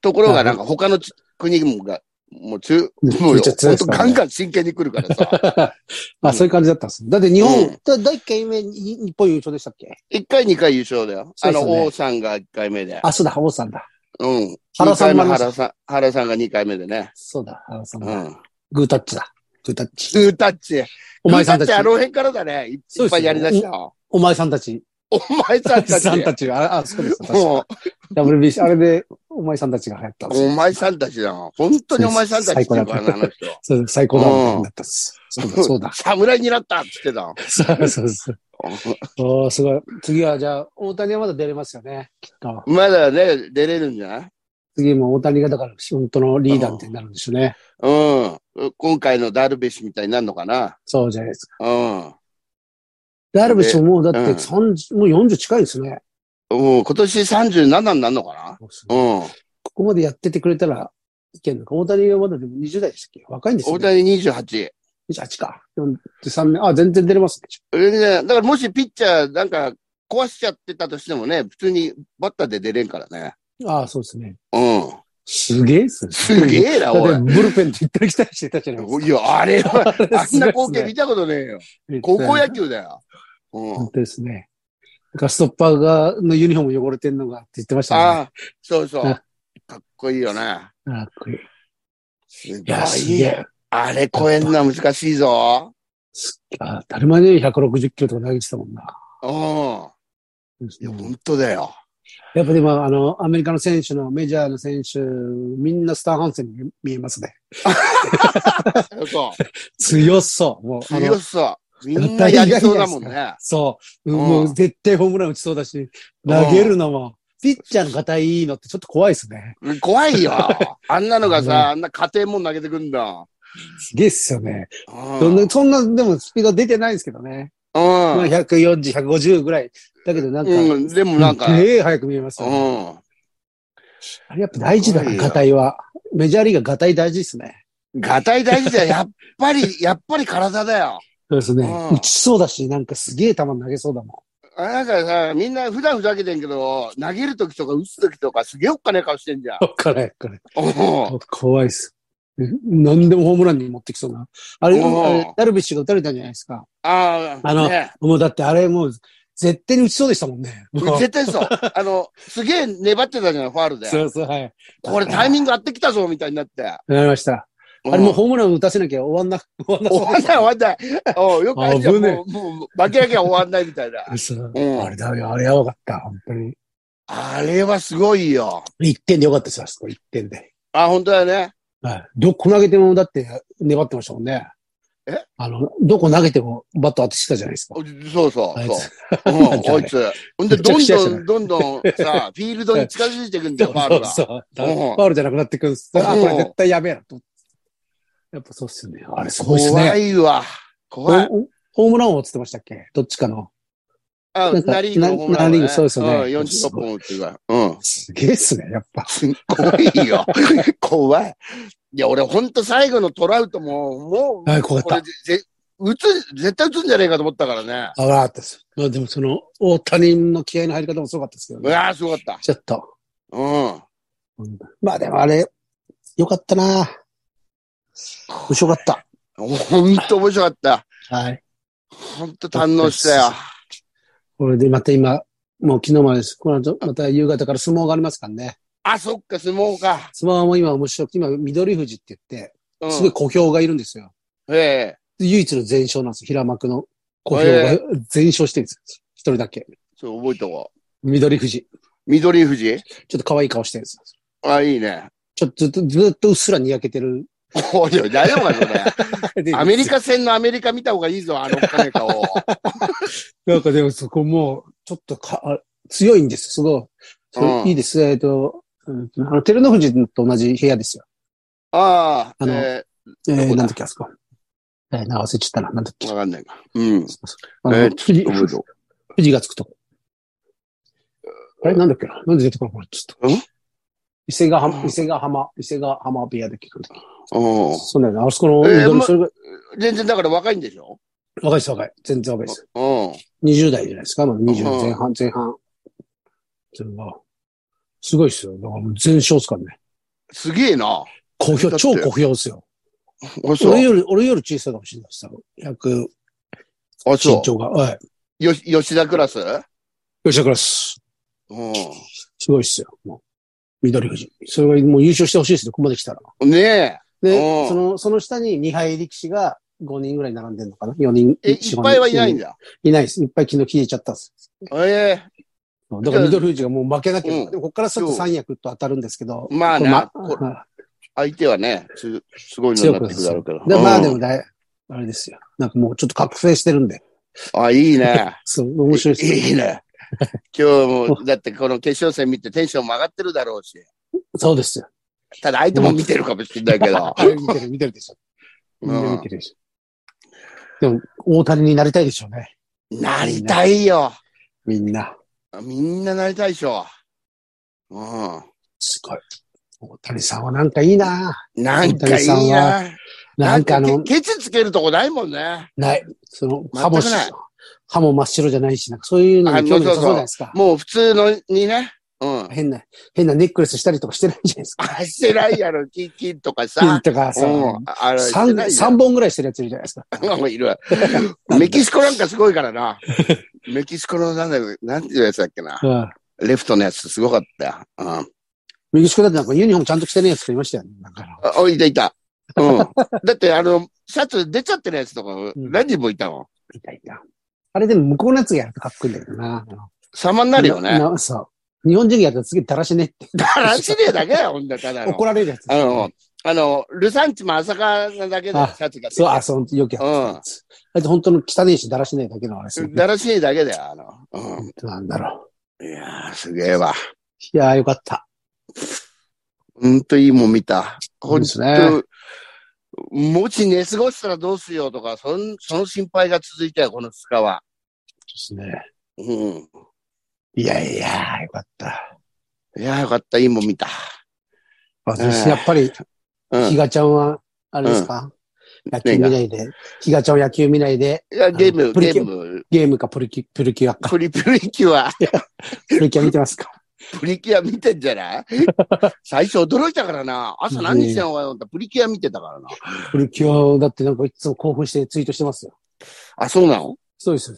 Speaker 2: ところ
Speaker 1: な
Speaker 2: が、な
Speaker 1: る
Speaker 2: んか他のち国もが、もう中、
Speaker 1: め
Speaker 2: もう、
Speaker 1: っちゃ強い
Speaker 2: ほ
Speaker 1: です
Speaker 2: んと
Speaker 1: から
Speaker 2: ガ
Speaker 1: ね
Speaker 2: ンガン真剣に来るか
Speaker 1: <laughs>
Speaker 2: らさ。
Speaker 1: あ、そういう感じだったんです。だって日
Speaker 2: う
Speaker 1: 本
Speaker 2: ん、
Speaker 1: だ第1回目に日本優勝でしたっけ
Speaker 2: 1回、2回優勝だよ。
Speaker 1: そう
Speaker 2: あ
Speaker 1: です
Speaker 2: の
Speaker 1: よね、
Speaker 2: 王さんが1回目で。
Speaker 1: あ、そうだ、王さんだ。
Speaker 2: うん。
Speaker 1: 原さんもあり
Speaker 2: 二回目
Speaker 1: ました
Speaker 2: 原さん、原さんが2回目でね。
Speaker 1: そうだ、原さん
Speaker 2: う
Speaker 1: だ。
Speaker 2: ん。
Speaker 1: グータッチだ。グータッチ。
Speaker 2: グータッチ。
Speaker 1: お前さんた
Speaker 2: グータッチあ
Speaker 1: ち
Speaker 2: の。辺からだね。いい
Speaker 1: そうで
Speaker 2: っ
Speaker 1: す
Speaker 2: ぱ
Speaker 1: よ
Speaker 2: いやりだしたの。
Speaker 1: お前さんたち。
Speaker 2: お前さんた
Speaker 1: さんた
Speaker 2: ち。
Speaker 1: ち。あ、あそうです。確か
Speaker 2: も
Speaker 1: WBC、あれで、お前さんたちが流行ったん
Speaker 2: う、
Speaker 1: ですよ
Speaker 2: お前さんたちだな。本当にお前さんたちっていうからな、あの人。。
Speaker 1: そうです最高だもんだったっす。そうだ、そうだ
Speaker 2: <laughs> 侍になったって言ってた。
Speaker 1: そうそうそう。おーすごい。次は、じゃあ、大谷はまだ出れますよね。きっと。
Speaker 2: まだね、出れるんじゃない
Speaker 1: 次も大谷が、だから、本当のリーダーみたいになるんでしょうね。
Speaker 2: うん。今回のダルビッシュみたいになるのかな
Speaker 1: そうじゃないですか。
Speaker 2: うん。
Speaker 1: ダルビッシュも、だって
Speaker 2: うん
Speaker 1: 30、もう40近いですね。
Speaker 2: もう今年37になるのかなうん。
Speaker 1: ここまでやっててくれたらいけんのか。大谷はまだでも20代でしたっけ若いんですよ、ね。
Speaker 2: 大谷28。
Speaker 1: 28か。43年。あ、全然出れますね。
Speaker 2: 全然だからもしピッチャーなんか壊しちゃってたとしてもね、普通にバッターで出れんからね。
Speaker 1: ああ、そうですね。
Speaker 2: うん。
Speaker 1: すげえっすね。
Speaker 2: すげえな、おい
Speaker 1: だっ。てブルペン <laughs> で行ったり来たりしてたじゃないです
Speaker 2: いや、あれ
Speaker 1: か。
Speaker 2: は、あんな光景見たことねえ
Speaker 1: <laughs>
Speaker 2: よ。
Speaker 1: 見
Speaker 2: 高校野球だよ。うん
Speaker 1: 本。当ですね。なんかストッパーが、のユニフォーム汚れてんのがって言ってましたね。
Speaker 2: ああ、そうそう。
Speaker 1: あ
Speaker 2: かっこいいよね。
Speaker 1: ああ、これい
Speaker 2: すごい
Speaker 1: や、すげえ。
Speaker 2: あれ超えんのは難しいぞ。
Speaker 1: あ当たり前に160キロとか投げてたもんな。
Speaker 2: うん。いや、本当だよ。
Speaker 1: やっぱでも、あの、アメリカの選手の、メジャーの選手、みんなスターハンセンに見えますね。
Speaker 2: そ
Speaker 1: 強そう。もう、
Speaker 2: う。
Speaker 1: <laughs> あの
Speaker 2: 強そう。みんなやりそうだも
Speaker 1: <laughs>
Speaker 2: んね。
Speaker 1: そう。
Speaker 2: うん
Speaker 1: もう絶対ホームラン打ちそうだし、投げるのも、ピッチャーの硬いのってちょっと怖いですね。
Speaker 2: 怖いよ。あんなの
Speaker 1: <laughs>
Speaker 2: が
Speaker 1: うん
Speaker 2: さ、あんな家庭もん投げてくんだ。
Speaker 1: すげえっすよね。
Speaker 2: うん
Speaker 1: どんなそんな、でもスピード出てないんですけどね。まあ、
Speaker 2: う
Speaker 1: 140、150ぐらい。だけどなんか、
Speaker 2: ん。うん。でもなんか、
Speaker 1: すげえ早く見えます
Speaker 2: う
Speaker 1: よね。
Speaker 2: ん。
Speaker 1: あれやっぱ大事だ
Speaker 2: すご
Speaker 1: ね、
Speaker 2: いよ
Speaker 1: ガタイは。メジャーリーガーガタイ大事ですね。
Speaker 2: がたい大事だよ。やっ
Speaker 1: <laughs>
Speaker 2: ぱり、やっぱり体だよ。
Speaker 1: そうですね。
Speaker 2: うん
Speaker 1: 打ちそうだし、なんかすげえ球投げそうだもん。
Speaker 2: あなんかさ、みんな普段ふざけてんけど、投げるときとか打つときとかすげえおっかねえ顔してんじゃん。
Speaker 1: わからへんからへん
Speaker 2: うん
Speaker 1: 怖いっす。え何でもホームランに持ってきそうな。あれ、
Speaker 2: うん
Speaker 1: あれダルビッシュが打たれたじゃないですか。
Speaker 2: あ
Speaker 1: あ
Speaker 2: あ、
Speaker 1: の
Speaker 2: ね、
Speaker 1: もうだってあれもう、絶対に打ちそうでしたもんね。もう
Speaker 2: 絶対そう。あの、すげえ粘ってたじゃん、ファールで。
Speaker 1: そうそう、はい。
Speaker 2: これタイミング合ってきたぞ、みたいになって。
Speaker 1: わかりました。あれもうホームラン打たせなきゃ終わんな、終わんなそ
Speaker 2: 終
Speaker 1: う
Speaker 2: わんない、終わんない。おうよくあるじゃ
Speaker 1: 危
Speaker 2: ん。
Speaker 1: ねえ
Speaker 2: もう、もう、負けなきゃ終わんないみたいな。
Speaker 1: そう
Speaker 2: うん
Speaker 1: あれだよ、あれやばかった、本当に。
Speaker 2: あれはすごいよ。
Speaker 1: 一点でよかったですよ、あそこ一点で。
Speaker 2: あ、本当だね。
Speaker 1: はい。どこ投げても、だって、粘ってましたもんね。
Speaker 2: え
Speaker 1: あの、どこ投げても、バット当てしてたじゃないですか。
Speaker 2: おそうそ
Speaker 1: あ
Speaker 2: う、
Speaker 1: い
Speaker 2: そう。
Speaker 1: つ。
Speaker 2: うん、こいつ。ほんで、
Speaker 1: めちゃ
Speaker 2: ど
Speaker 1: く
Speaker 2: ん
Speaker 1: ちゃ
Speaker 2: どん、どんどんさ、フィールドに近づいてくんだ
Speaker 1: そ
Speaker 2: よ、ファール
Speaker 1: う
Speaker 2: が。
Speaker 1: そう。フ
Speaker 2: うん
Speaker 1: ァールじゃなくなってくるんです。あ、これ絶対やべえなと思って。やっぱそうっすよね。あれすごいっす
Speaker 2: 怖
Speaker 1: ね。
Speaker 2: いわ。怖い。
Speaker 1: ホホームラン王っつってましたっけどっちかの。
Speaker 2: あ、
Speaker 1: なんか
Speaker 2: ナリーグのホームラン、ね。
Speaker 1: ナナリーグそうですよね
Speaker 2: ん、46本打ってるから。うん。
Speaker 1: すげえっすね、やっぱ。
Speaker 2: すっごい
Speaker 1: <laughs>
Speaker 2: よ。怖い。いや、俺ほんと最後のトラウトも、もう、
Speaker 1: はい、怖
Speaker 2: こ
Speaker 1: か
Speaker 2: れ
Speaker 1: っ
Speaker 2: ぜ、打つ、絶対打つんじゃねえかと思ったからね。
Speaker 1: た。危なかったです。まあでもその、大谷の気合の入り方もすごかったですけど
Speaker 2: う
Speaker 1: ね。
Speaker 2: わー、すごかった。
Speaker 1: ちょっと。
Speaker 2: うん。
Speaker 1: まあでもあれ、よかったな面白かった。
Speaker 2: ほんと面白かった。
Speaker 1: はい。
Speaker 2: ほんと堪能したよ。
Speaker 1: これでまた今、もう昨日までです。この後、また夕方から相撲がありますからね。
Speaker 2: あ、そっか、相撲か。
Speaker 1: 相撲も今面白くて、今、緑富士って言って、
Speaker 2: うん、
Speaker 1: すごい小兵がいるんですよ。
Speaker 2: ええ
Speaker 1: で唯一の全勝なんですよ。平幕の小兵が
Speaker 2: へ
Speaker 1: 全勝してるんですよ。一人だけ。
Speaker 2: そう、覚えとこう。
Speaker 1: 緑富士。
Speaker 2: 緑富士
Speaker 1: ちょっと可愛い顔してるんですよ。
Speaker 2: あ、いいね。
Speaker 1: ちょっとずっと、ずっとうっすらにやけてる。
Speaker 2: <laughs> おいおい、大丈夫か、それ。 <laughs> アメリカ戦のアメリカ見た方がいいぞ、あの金 <laughs> かを。
Speaker 1: なんかでもそこもう、ちょっとか、あ強いんですよ。すごいそれ。
Speaker 2: うん
Speaker 1: いいです。えっと、うんあの、照ノ富士と同じ部屋ですよ。
Speaker 2: ああ、
Speaker 1: あの
Speaker 2: え
Speaker 1: えー
Speaker 2: どこ、だ
Speaker 1: なんだっけ、あそこ。えー、な忘れちゃったな。なんだっ
Speaker 2: え
Speaker 1: け。
Speaker 2: わかんないか。うん。
Speaker 1: あの
Speaker 2: えー
Speaker 1: 富士、
Speaker 2: 覚えとこ
Speaker 1: 富士がつくとこ。あれなんだっけななんで出てこないこれちょっと。
Speaker 2: ん
Speaker 1: 伊勢ヶ浜、伊勢ヶ浜、伊勢ヶ浜部屋だっけなんだっけ
Speaker 2: ううん。
Speaker 1: そうだよね。あそこの、
Speaker 2: えー
Speaker 1: 緑
Speaker 2: ま
Speaker 1: それが
Speaker 2: 全然だから若いんでしょ
Speaker 1: 若いです、若い。全然若いです。
Speaker 2: うん。
Speaker 1: 20代じゃないですか、まあ、20
Speaker 2: うん
Speaker 1: 前半、前半。それは、すごいですよ。だからもう全勝っすからね。
Speaker 2: すげえな。
Speaker 1: 好評、
Speaker 2: だって
Speaker 1: 超好評ですよ。
Speaker 2: あ、そ
Speaker 1: 俺
Speaker 2: う。
Speaker 1: より、俺より小さいかもしれないです、多分。100、
Speaker 2: あ、
Speaker 1: 身
Speaker 2: そ
Speaker 1: 長が。はい。
Speaker 2: う。よし、吉田クラス
Speaker 1: 吉田クラス。
Speaker 2: う
Speaker 1: すごいっすよ。もう。緑富士。それがもう優勝してほしいですね、ここまで来たら。
Speaker 2: ん。ねう
Speaker 1: で、
Speaker 2: ん
Speaker 1: その、その下に2敗力士が5人ぐらい並んでるのかな ?4 人。
Speaker 2: え。え、いっ
Speaker 1: 4
Speaker 2: ぱいはいないん
Speaker 1: だ。
Speaker 2: だ。
Speaker 1: いないです。いっぱい昨日消えちゃったんです。
Speaker 2: え
Speaker 1: だから緑富士がもう負けなきゃ、
Speaker 2: うん
Speaker 1: でもここからちょっと三役と当たるんですけど
Speaker 2: え。。まあな、
Speaker 1: これま
Speaker 2: 相手はね、す、すごいのになってくるだろうけど。
Speaker 1: で、まあ
Speaker 2: うん
Speaker 1: でもだい、あれですよ。なんかもうちょっと覚醒してるんで。
Speaker 2: あ、いいね。
Speaker 1: そう、面白いです。
Speaker 2: いいね。今日も、だってこの決勝戦見てテンションも上がってるだろうし。
Speaker 1: そうですよ。
Speaker 2: ただ相手も見てるかもしれないけど。
Speaker 1: あれ見てる、見てるでしょ。
Speaker 2: う
Speaker 1: 見てる、
Speaker 2: ん
Speaker 1: 見てるでしょ。でも、大谷になりたいでしょうね。
Speaker 2: なりたいよ。
Speaker 1: みんな。
Speaker 2: みんななりたいでしょ。う
Speaker 1: すごい。大谷さんはなんかいいなぁ
Speaker 2: ん。なんかいいな。
Speaker 1: なんかあの、
Speaker 2: ケケチつけるとこないもんね。
Speaker 1: ない。その、
Speaker 2: 全く
Speaker 1: 歯もし
Speaker 2: ない、
Speaker 1: 歯も真っ白じゃないし、なんかそういうの
Speaker 2: あ
Speaker 1: に興味なさそうじ
Speaker 2: そうそう
Speaker 1: ゃないですか。
Speaker 2: もう普通のにね。うん。
Speaker 1: 変な、変なネックレスしたりとかしてないじゃないですか。
Speaker 2: あ、してないやろ。キンキンとか
Speaker 1: ピン
Speaker 2: さ。
Speaker 1: とかさ、
Speaker 2: うん。あれ、してない
Speaker 1: 三三
Speaker 2: よ。
Speaker 1: 本ぐらいしてるやついるじゃないですか。
Speaker 2: <laughs> うんいるわ。 <laughs> メキシコなんかすごいからな。 <laughs> メキシコのなんだなんていうやつだっけな。
Speaker 1: うん。
Speaker 2: レフトのやつすごかったよ。うん。
Speaker 1: メキシコだってなんかユニフォームちゃんと着てねえやつとかいましたよね。なんか
Speaker 2: あ、おいたいた。うん。だって、あの、シャツ出ちゃってるやつとか、
Speaker 1: ん
Speaker 2: 何人もいたもん。
Speaker 1: いたいた。あれでも向こうのやつがやるとかっこいいんだけどな。
Speaker 2: 様になるよね。
Speaker 1: な。そう。日本人がやったら次だらしねって。
Speaker 2: だからしねえだけだよ、ほんだただの。
Speaker 1: 怒られるやつ。
Speaker 2: あの、あの、ルサンチも朝からだけだよ
Speaker 1: あ、
Speaker 2: シャツが。
Speaker 1: そう、あ、そう、よくやったやつ。あいつ本当の汚いしだらしねえだけのあれですよね。
Speaker 2: だらしねえだけだよ、あの。
Speaker 1: なんだろう。
Speaker 2: うん。いやー、すげえわ。
Speaker 1: いやーよかった。
Speaker 2: ほんといいもん見た。
Speaker 1: そ
Speaker 2: ほ
Speaker 1: うんで
Speaker 2: と、
Speaker 1: すね。
Speaker 2: もし寝過ごしたらどうすよとか、そんその心配が続いたよ、この2日は。
Speaker 1: ですね。
Speaker 2: うん。
Speaker 1: いやいやーよかった。
Speaker 2: いやー、よかった、いいもん見た。
Speaker 1: 私、
Speaker 2: うん
Speaker 1: やっぱり、
Speaker 2: うん。
Speaker 1: ひ
Speaker 2: い
Speaker 1: がちゃんは、あれですか野球見ないで。ひがちゃんは野球見ないで、
Speaker 2: や、ゲー
Speaker 1: あ
Speaker 2: ム、
Speaker 1: のプリ
Speaker 2: ゲ
Speaker 1: キ
Speaker 2: ー
Speaker 1: ュ
Speaker 2: ム、
Speaker 1: ゲームかプリキュ、プリキュアか。
Speaker 2: プリプリキュア。
Speaker 1: プリキュア見てます
Speaker 2: <laughs>
Speaker 1: か
Speaker 2: プリキュア見てんじゃ
Speaker 1: <laughs>
Speaker 2: ない最初驚いたからな。朝何してんのかと思ったらプリキュア見てたからな。
Speaker 1: プリキュア、だってなんかいつも興奮してツイートしてますよ。
Speaker 2: あ、そうなの
Speaker 1: そうです、そ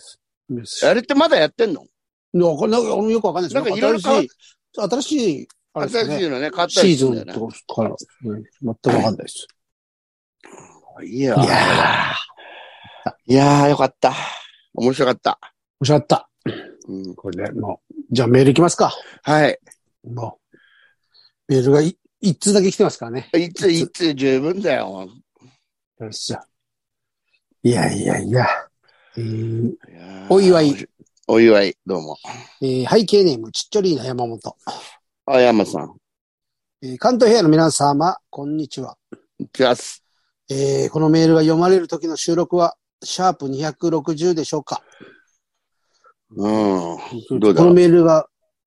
Speaker 1: うです。
Speaker 2: あれってまだやってんの
Speaker 1: なんか、なんか、俺もよくわかんないです
Speaker 2: なんかいろいろ変わっ
Speaker 1: 新しい、新しい、あれです
Speaker 2: 新し
Speaker 1: ね。
Speaker 2: いのね、買った
Speaker 1: シー
Speaker 2: りす
Speaker 1: ズ
Speaker 2: る
Speaker 1: ン
Speaker 2: んだよね。
Speaker 1: とかから、うん全くわかんないです。
Speaker 2: いや
Speaker 1: いやー、
Speaker 2: いやーよかった。面白かった。
Speaker 1: 面白かった。
Speaker 2: うん、
Speaker 1: これで、もう、じゃあメールいきますか。
Speaker 2: はい。
Speaker 1: もう、メールがい一通だけ来てますからね。
Speaker 2: いつ、いつ十分だよ。
Speaker 1: よっしゃ。いやいやいや。えー
Speaker 2: いやー
Speaker 1: お祝い。
Speaker 2: お祝い、どうも。
Speaker 1: えー背景ネーム、ちっちょりーな山本。
Speaker 2: あ、山さん。
Speaker 1: えー関東平野の皆様、こんにちは。
Speaker 2: ジャス。
Speaker 1: えーこのメールが読まれる時の収録は、シャープ260でしょうか
Speaker 2: うん。
Speaker 1: こ
Speaker 2: どうだ
Speaker 1: のメールが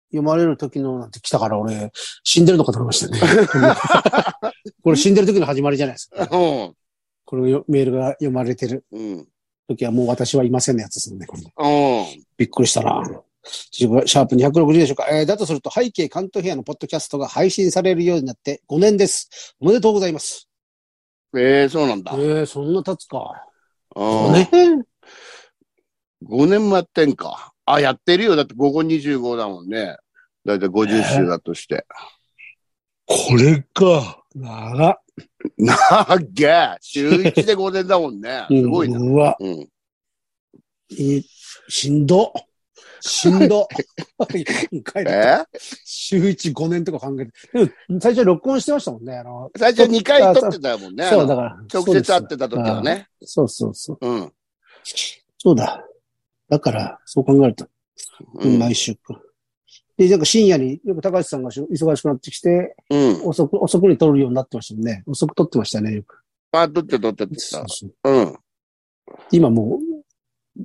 Speaker 1: 読まれる時のなんて来たから俺、死んでるのかと思いま <laughs> したね。これ死んでる時の始まりじゃないですか。このよメールが読まれてる
Speaker 2: うん。うん。
Speaker 1: 時はもう私はいませんのやつですもんね。これ
Speaker 2: うん。
Speaker 1: びっくりしたな。シャープ260でしょうか。えーだとすると背景関東平野のポッドキャストが配信されるようになって5年です。おめでとうございます。
Speaker 2: ええそうなんだ。
Speaker 1: え
Speaker 2: うん
Speaker 1: ー、そんな経つか。
Speaker 2: 五
Speaker 1: ね。
Speaker 2: 5年もやってんか。あ、やってるよ。だって午後25だもんね。だいたい50週だとして。
Speaker 1: これか。長っ。
Speaker 2: なっげー週1で5年だもんね。すごいな。
Speaker 1: うわ、
Speaker 2: うん。
Speaker 1: いいしんど。しんど。一回だ
Speaker 2: え
Speaker 1: 週一5年とか考えて。でも、最初は録音してましたもんね。あの、
Speaker 2: 最初2回撮ってたもんね。
Speaker 1: そう、だから。
Speaker 2: 直
Speaker 1: そうで
Speaker 2: 接
Speaker 1: す
Speaker 2: 会ってた時はね。
Speaker 1: そうそうそう。
Speaker 2: うん。
Speaker 1: そうだ。だから、そう考えると、
Speaker 2: うん。
Speaker 1: 毎週か。で、なんか深夜によく高橋さんがし忙しくなってきて、
Speaker 2: うん。
Speaker 1: 遅く、遅くに撮るようになってましたもんね。遅く撮ってましたね、よく。
Speaker 2: あ、撮って撮って撮って
Speaker 1: そうそう
Speaker 2: た。うん。
Speaker 1: 今もう、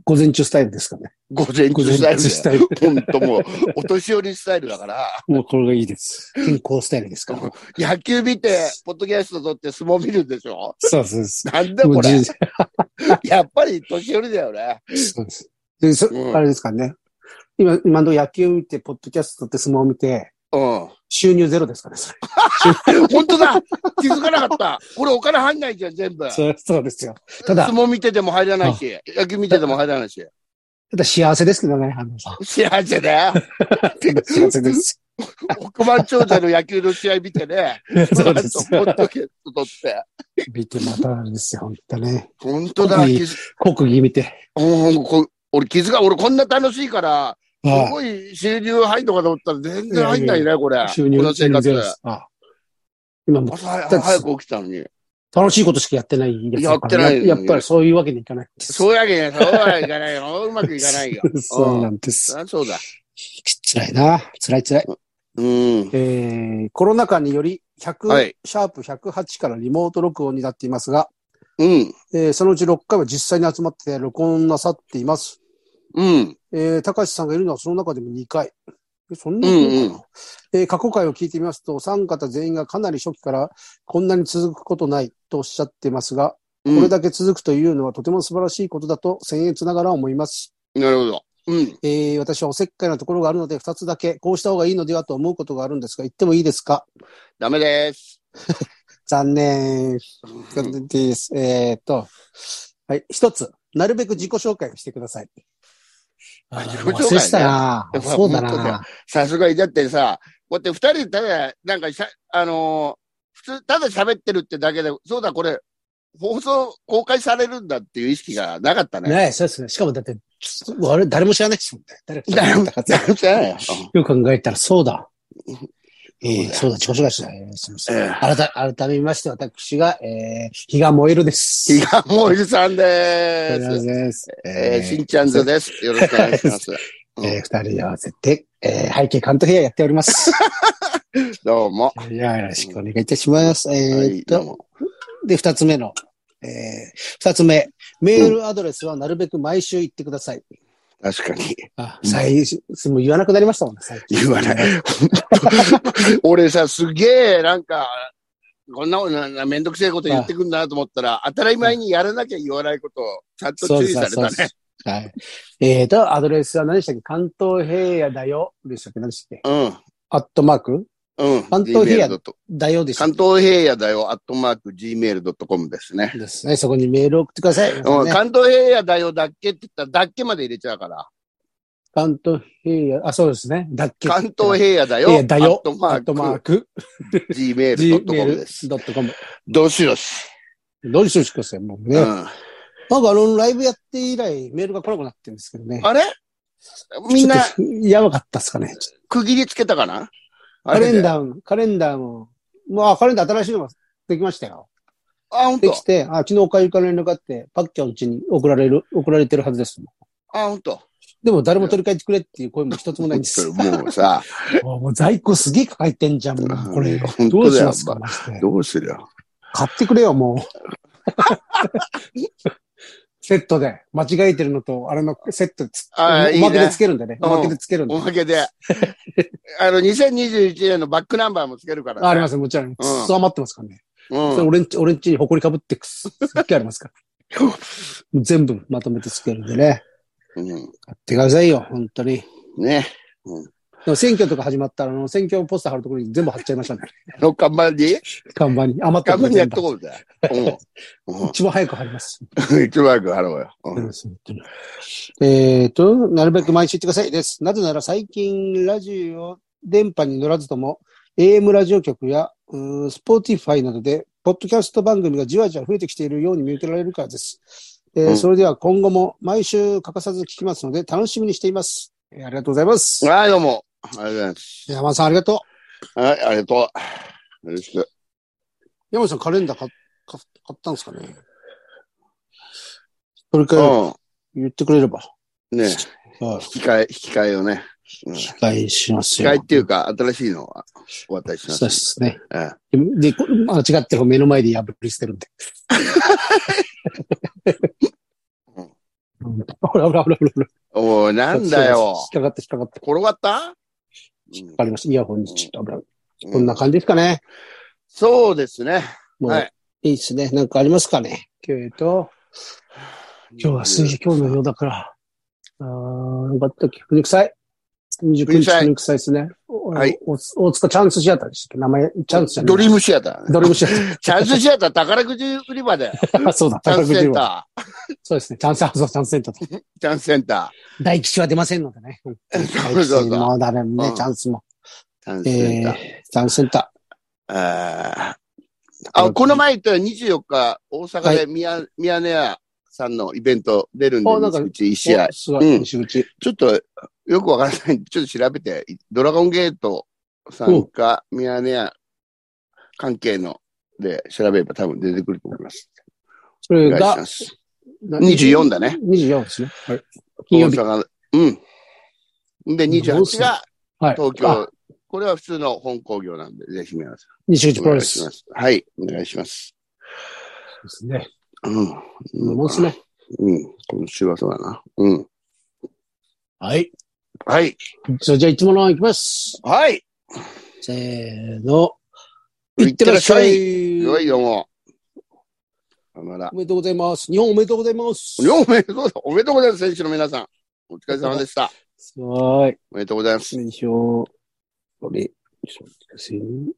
Speaker 1: 午前中スタイルですかね。
Speaker 2: 午前
Speaker 1: 午
Speaker 2: 中
Speaker 1: 前
Speaker 2: スタイ
Speaker 1: 中
Speaker 2: ル
Speaker 1: ス
Speaker 2: で。
Speaker 1: タイル。
Speaker 2: ほんともう、お年寄りスタイル
Speaker 1: <laughs>
Speaker 2: だから。
Speaker 1: もうこれがいいです。健康スタイルです
Speaker 2: <laughs>
Speaker 1: から。
Speaker 2: 野球見て、ポッドキャスト撮って相撲見るんでしょ
Speaker 1: そうそうそ
Speaker 2: なんだ
Speaker 1: う。も
Speaker 2: こ
Speaker 1: う
Speaker 2: れ
Speaker 1: 十。
Speaker 2: やっぱり年寄りだよね。
Speaker 1: そうです。で、そ
Speaker 2: うん
Speaker 1: あれですかね。今、今のところ野球見て、ポッドキャストって相撲を見て、
Speaker 2: うん。
Speaker 1: <laughs> 収入ゼロですかね、それ。
Speaker 2: 本当だ気づかなかったこれお金入んないじゃん、全部。
Speaker 1: そうそうですよ。ただ
Speaker 2: 相撲見てても入らないし、野球見てても入らないし。
Speaker 1: ただ幸せですけどね、あの、た
Speaker 2: 幸せだよ。
Speaker 1: だ幸せです。
Speaker 2: 億万長者の野球の試合見てね。
Speaker 1: そうです
Speaker 2: ポ。ッドキャスト撮って。
Speaker 1: 見て、またあれですよ、本当ね。
Speaker 2: 本当だ。
Speaker 1: いい
Speaker 2: 気づ
Speaker 1: 国技見て。
Speaker 2: うんこ俺気づか、俺こんな楽しいから、す
Speaker 1: あ
Speaker 2: ごい収入入んのかと思ったら全然入んないね、これ。
Speaker 1: あ収入
Speaker 2: この
Speaker 1: 収
Speaker 2: 生
Speaker 1: 入
Speaker 2: 活
Speaker 1: ゼロです。ああ今も
Speaker 2: 朝早早く起きたのに。
Speaker 1: 楽しいことしかやってないやつだから
Speaker 2: やってない
Speaker 1: やっぱりそういうわけにいかないんです。
Speaker 2: そうやけね、そうはいかないよ。うまくいかないよ。
Speaker 1: <laughs> そうなんです。
Speaker 2: あそうだ。
Speaker 1: 辛いな。辛い辛い。
Speaker 2: うん。
Speaker 1: えーコロナ禍により100、
Speaker 2: はい
Speaker 1: シャープ108からリモート録音になっていますが、
Speaker 2: うん。
Speaker 1: えーそのうち6回は実際に集まって録音なさっています。
Speaker 2: うん。
Speaker 1: えー、高橋さんがいるのはその中でも2回。えそんなことかな、
Speaker 2: うんうん
Speaker 1: えー過去回を聞いてみますと、お三方全員がかなり初期からこんなに続くことないとおっしゃってますが、
Speaker 2: う
Speaker 1: これ
Speaker 2: ん。
Speaker 1: だけ続くというのはとても素晴らしいことだと僭越ながら思います。
Speaker 2: なるほど。うん。
Speaker 1: えー私はおせっかいなところがあるので、2つだけこうした方がいいのではと思うことがあるんですが、言ってもいいですか
Speaker 2: ダメです。
Speaker 1: 残念です。えーっと、はい、一つ、なるべく自己紹介をしてください。
Speaker 2: あ自己紹介ね
Speaker 1: 忘れてたな
Speaker 2: やっぱ
Speaker 1: そうだ
Speaker 2: 本当だよ
Speaker 1: な
Speaker 2: さすがに、だってさ、こうやって二人でただ、なんかしゃ、あのー普通、ただ喋ってるってだけで、そうだ、これ、放送公開されるんだっていう意識がなかったね。
Speaker 1: ねえ、そうですね。しかもだって、あれ、誰も知らないですもんね。誰も知らなかったから
Speaker 2: なるほど <laughs> ね。
Speaker 1: よく考えたら、そうだ。え
Speaker 2: ん
Speaker 1: ーそうだ、自己紹介したい。すみません
Speaker 2: え
Speaker 1: 改改めまして、私が、えー、日が燃えるです。
Speaker 2: 比嘉もえるさんで
Speaker 1: 燃える
Speaker 2: す。
Speaker 1: です。
Speaker 2: えー、しんちゃんずです。よろしくお願い
Speaker 1: <laughs>
Speaker 2: します。
Speaker 1: えー二人で合わせて、えー、背景関東部屋やっております。
Speaker 2: どうも。
Speaker 1: いや、よろしくお願いいたします。えーっ
Speaker 2: はいどう
Speaker 1: と、で、二つ目の、えー、二つ目、メールアドレスはなるべく毎週言ってください。
Speaker 2: 確かに。
Speaker 1: あ、最初、もう言わなくなりましたもんね、最近
Speaker 2: 言わない。
Speaker 1: <laughs>
Speaker 2: 俺さ、すげえ、なんか、こんなことななめんどくせえこと言ってくんなと思ったら、当たり前にやらなきゃ言わないことを、ちゃんと
Speaker 1: そうで
Speaker 2: 注意
Speaker 1: す
Speaker 2: さ
Speaker 1: そ
Speaker 2: れた
Speaker 1: うで
Speaker 2: ね。
Speaker 1: すはい。えーっと、アドレスは何でしたっけ関東平野だよ。でしたっけ何でしたっけアットマーク
Speaker 2: うん。うん。
Speaker 1: 関東平野
Speaker 2: gmail.com
Speaker 1: だよでしたっ
Speaker 2: 関東平野だよ、アットマーク、gmail.com ですね。
Speaker 1: けですね。そこにメールを送ってください。
Speaker 2: うん、
Speaker 1: ね
Speaker 2: 関東平野だよ、だっけって言ったら、だっけまで入れちゃうから。
Speaker 1: 関東平野、あ、そうですね。だっけ
Speaker 2: 関東平野だ
Speaker 1: 平
Speaker 2: よ、
Speaker 1: 野だよ。
Speaker 2: アットマ
Speaker 1: アットマ
Speaker 2: ー
Speaker 1: ーク。
Speaker 2: ク、gmail.com です。
Speaker 1: gmail.com。
Speaker 2: どしどし。
Speaker 1: どうしようしてください、もうね。
Speaker 2: うん。
Speaker 1: なんかあの、ライブやって以来、メールが来なくなってるんですけどね。
Speaker 2: あれみんな、
Speaker 1: ちょっとやばかったっすかね。
Speaker 2: 区切りつけたかな
Speaker 1: カレン
Speaker 2: ー。
Speaker 1: ダーも、カレンダーも、まあ、カレンダー新しいのができましたよ。
Speaker 2: あ、ほん
Speaker 1: で
Speaker 2: と
Speaker 1: き。て、あ、昨日おかゆから連絡があって、パッキャン家に送られる、送られてるはずですもん。
Speaker 2: あ、ほんと。
Speaker 1: でも誰も取り替えてくれっていう声も一つもないん
Speaker 2: <laughs>
Speaker 1: です。
Speaker 2: もうさ、
Speaker 1: もうもう在庫すげえ抱えてんじゃん、もうこれ。
Speaker 2: 本
Speaker 1: ど
Speaker 2: 当
Speaker 1: う
Speaker 2: だ
Speaker 1: し
Speaker 2: よ
Speaker 1: ますか、マジで
Speaker 2: どうするよ。 <laughs>
Speaker 1: 買ってくれよ、もう。セットで、間違えてるのと、あれのセットでつ、
Speaker 2: ああ、い
Speaker 1: お
Speaker 2: い
Speaker 1: まけで
Speaker 2: ね
Speaker 1: つ。けるんでね。
Speaker 2: うん
Speaker 1: おまけでつけるんで。
Speaker 2: おまけで。
Speaker 1: <laughs>
Speaker 2: あの、2021年のバックナンバーもつけるから、。
Speaker 1: あありますす、もちろん。くっそ余ってますからね。それ
Speaker 2: うん。
Speaker 1: 俺んち、俺んちに埃かぶってくっすっげえありますから。
Speaker 2: <laughs>
Speaker 1: もう全部まとめてつけるんでね。
Speaker 2: うん
Speaker 1: 買ってくださいよ、本当に。
Speaker 2: ね。
Speaker 1: でも選挙とか始まったら、あの、選挙ポスター貼るところに全部貼っちゃいましたね。
Speaker 2: あの看板に
Speaker 1: 看板に。余った
Speaker 2: 看
Speaker 1: ところ
Speaker 2: 板にや
Speaker 1: 全
Speaker 2: っ
Speaker 1: 部
Speaker 2: と
Speaker 1: 貼っ
Speaker 2: こうぜ。うん。
Speaker 1: 一番早く貼ります。
Speaker 2: うん。一番く貼ろうよ。う
Speaker 1: うんん。本当にえっと、なるべく毎週言ってくださいです。なぜなら最近、ラジオ、電波に乗らずとも、AM ラジオ局や、うースポーティファイなどで、ポッドキャスト番組がじわじわ増えてきているように見受けられるからです。えー
Speaker 2: うん
Speaker 1: それでは今後も毎週欠かさず聞きますので、楽しみにしています。えーありがとうございます。
Speaker 2: はい、どうも。ありがとうございます。
Speaker 1: 山田さん、ありがと
Speaker 2: はい、ありがとう。よろしく。
Speaker 1: う。山田さん、カレンダー買買買ったんですかねそれから
Speaker 2: う
Speaker 1: 言ってくれれば。
Speaker 2: ん。ね
Speaker 1: はい
Speaker 2: 引き換え、引き換えをね。うん引
Speaker 1: 期待します
Speaker 2: き
Speaker 1: よ。
Speaker 2: 換えっていうか、新しいのはお渡ししま。
Speaker 1: そうですすね。
Speaker 2: ええ
Speaker 1: で、こ間違っても目の前で破り捨てるんで。
Speaker 2: うん
Speaker 1: うんほらほらほらほらほら。
Speaker 2: おい、なんだよ。
Speaker 1: 引っかかった引っかかった。
Speaker 2: 転がった、
Speaker 1: 引っかかりました。イヤホンにちょっと危ない。
Speaker 2: うん
Speaker 1: こんな感じですかね。
Speaker 2: そうですね。
Speaker 1: もう、
Speaker 2: はい
Speaker 1: い、いですね。なんかありますかね。今日と、今日は水曜、今日のようだから。あー、よかったっけ。古臭い。29
Speaker 2: 古
Speaker 1: 日
Speaker 2: 臭い
Speaker 1: 古臭いですね。お
Speaker 2: はい
Speaker 1: お大塚チャンスシアターでしたっけ名前、チャンスじゃない。
Speaker 2: ドリームシアターね。
Speaker 1: ドリームシ <laughs> アタ
Speaker 2: チャンスシアター宝くじ売り場だよ。
Speaker 1: ー。そうだ、
Speaker 2: チャンスセ
Speaker 1: 宝く
Speaker 2: ン
Speaker 1: じは
Speaker 2: タ
Speaker 1: そうですね。チャンス、あそう、チャンスセンターと。
Speaker 2: ー。チャンスセンタ
Speaker 1: 大吉は出ませんのでね。大
Speaker 2: <laughs> そうそう
Speaker 1: 吉も誰も
Speaker 2: う
Speaker 1: ね
Speaker 2: ん、
Speaker 1: チャンスも。
Speaker 2: ー。チャンス
Speaker 1: え
Speaker 2: センタ
Speaker 1: ー
Speaker 2: ー。、
Speaker 1: チャンスセンタ
Speaker 2: あーあ、この前言ったら24日、大阪
Speaker 1: は
Speaker 2: でミヤ、ミヤネ屋さんのイベント出るんで、
Speaker 1: あなんか
Speaker 2: うち1試
Speaker 1: ー。
Speaker 2: 合
Speaker 1: お。すごい、
Speaker 2: うん
Speaker 1: 西口。
Speaker 2: ちょっと、よくわからないんで、ちょっと調べて、ドラゴンゲートさんか、ミヤネ屋関係ので調べれば多分出てくると思います。
Speaker 1: そ
Speaker 2: お
Speaker 1: れ
Speaker 2: 願いし
Speaker 1: が
Speaker 2: ま、す。
Speaker 1: な
Speaker 2: 24だね。
Speaker 1: 24ですね。はい。金
Speaker 2: 大
Speaker 1: 曜日。
Speaker 2: 阪うん。で、28が
Speaker 1: はい。
Speaker 2: 東
Speaker 1: あ
Speaker 2: 京。これは普通の本工業なんで、ぜひ皆さ
Speaker 1: 西口
Speaker 2: ん。
Speaker 1: プ
Speaker 2: お
Speaker 1: ロ
Speaker 2: 願
Speaker 1: レ
Speaker 2: いし
Speaker 1: ス。
Speaker 2: ます。はい、お願いします。
Speaker 1: ですね。
Speaker 2: うん。
Speaker 1: もうですね。
Speaker 2: うん。今週はそうだな。うん。
Speaker 1: はい。
Speaker 2: はい。
Speaker 1: それじゃあ、いつもの行きます。
Speaker 2: はい。
Speaker 1: せーの。いってらっしゃ
Speaker 2: いっ
Speaker 1: い。
Speaker 2: よいよもう。まだ
Speaker 1: お。めでとうございます。日本おめでとうございます。
Speaker 2: おめでとうございます。おめでとうございます、選手の皆さん。お疲れ様でした。
Speaker 1: はーい。
Speaker 2: おめでとうございます。
Speaker 1: 年表、これ、ちょっと待ってくださいね。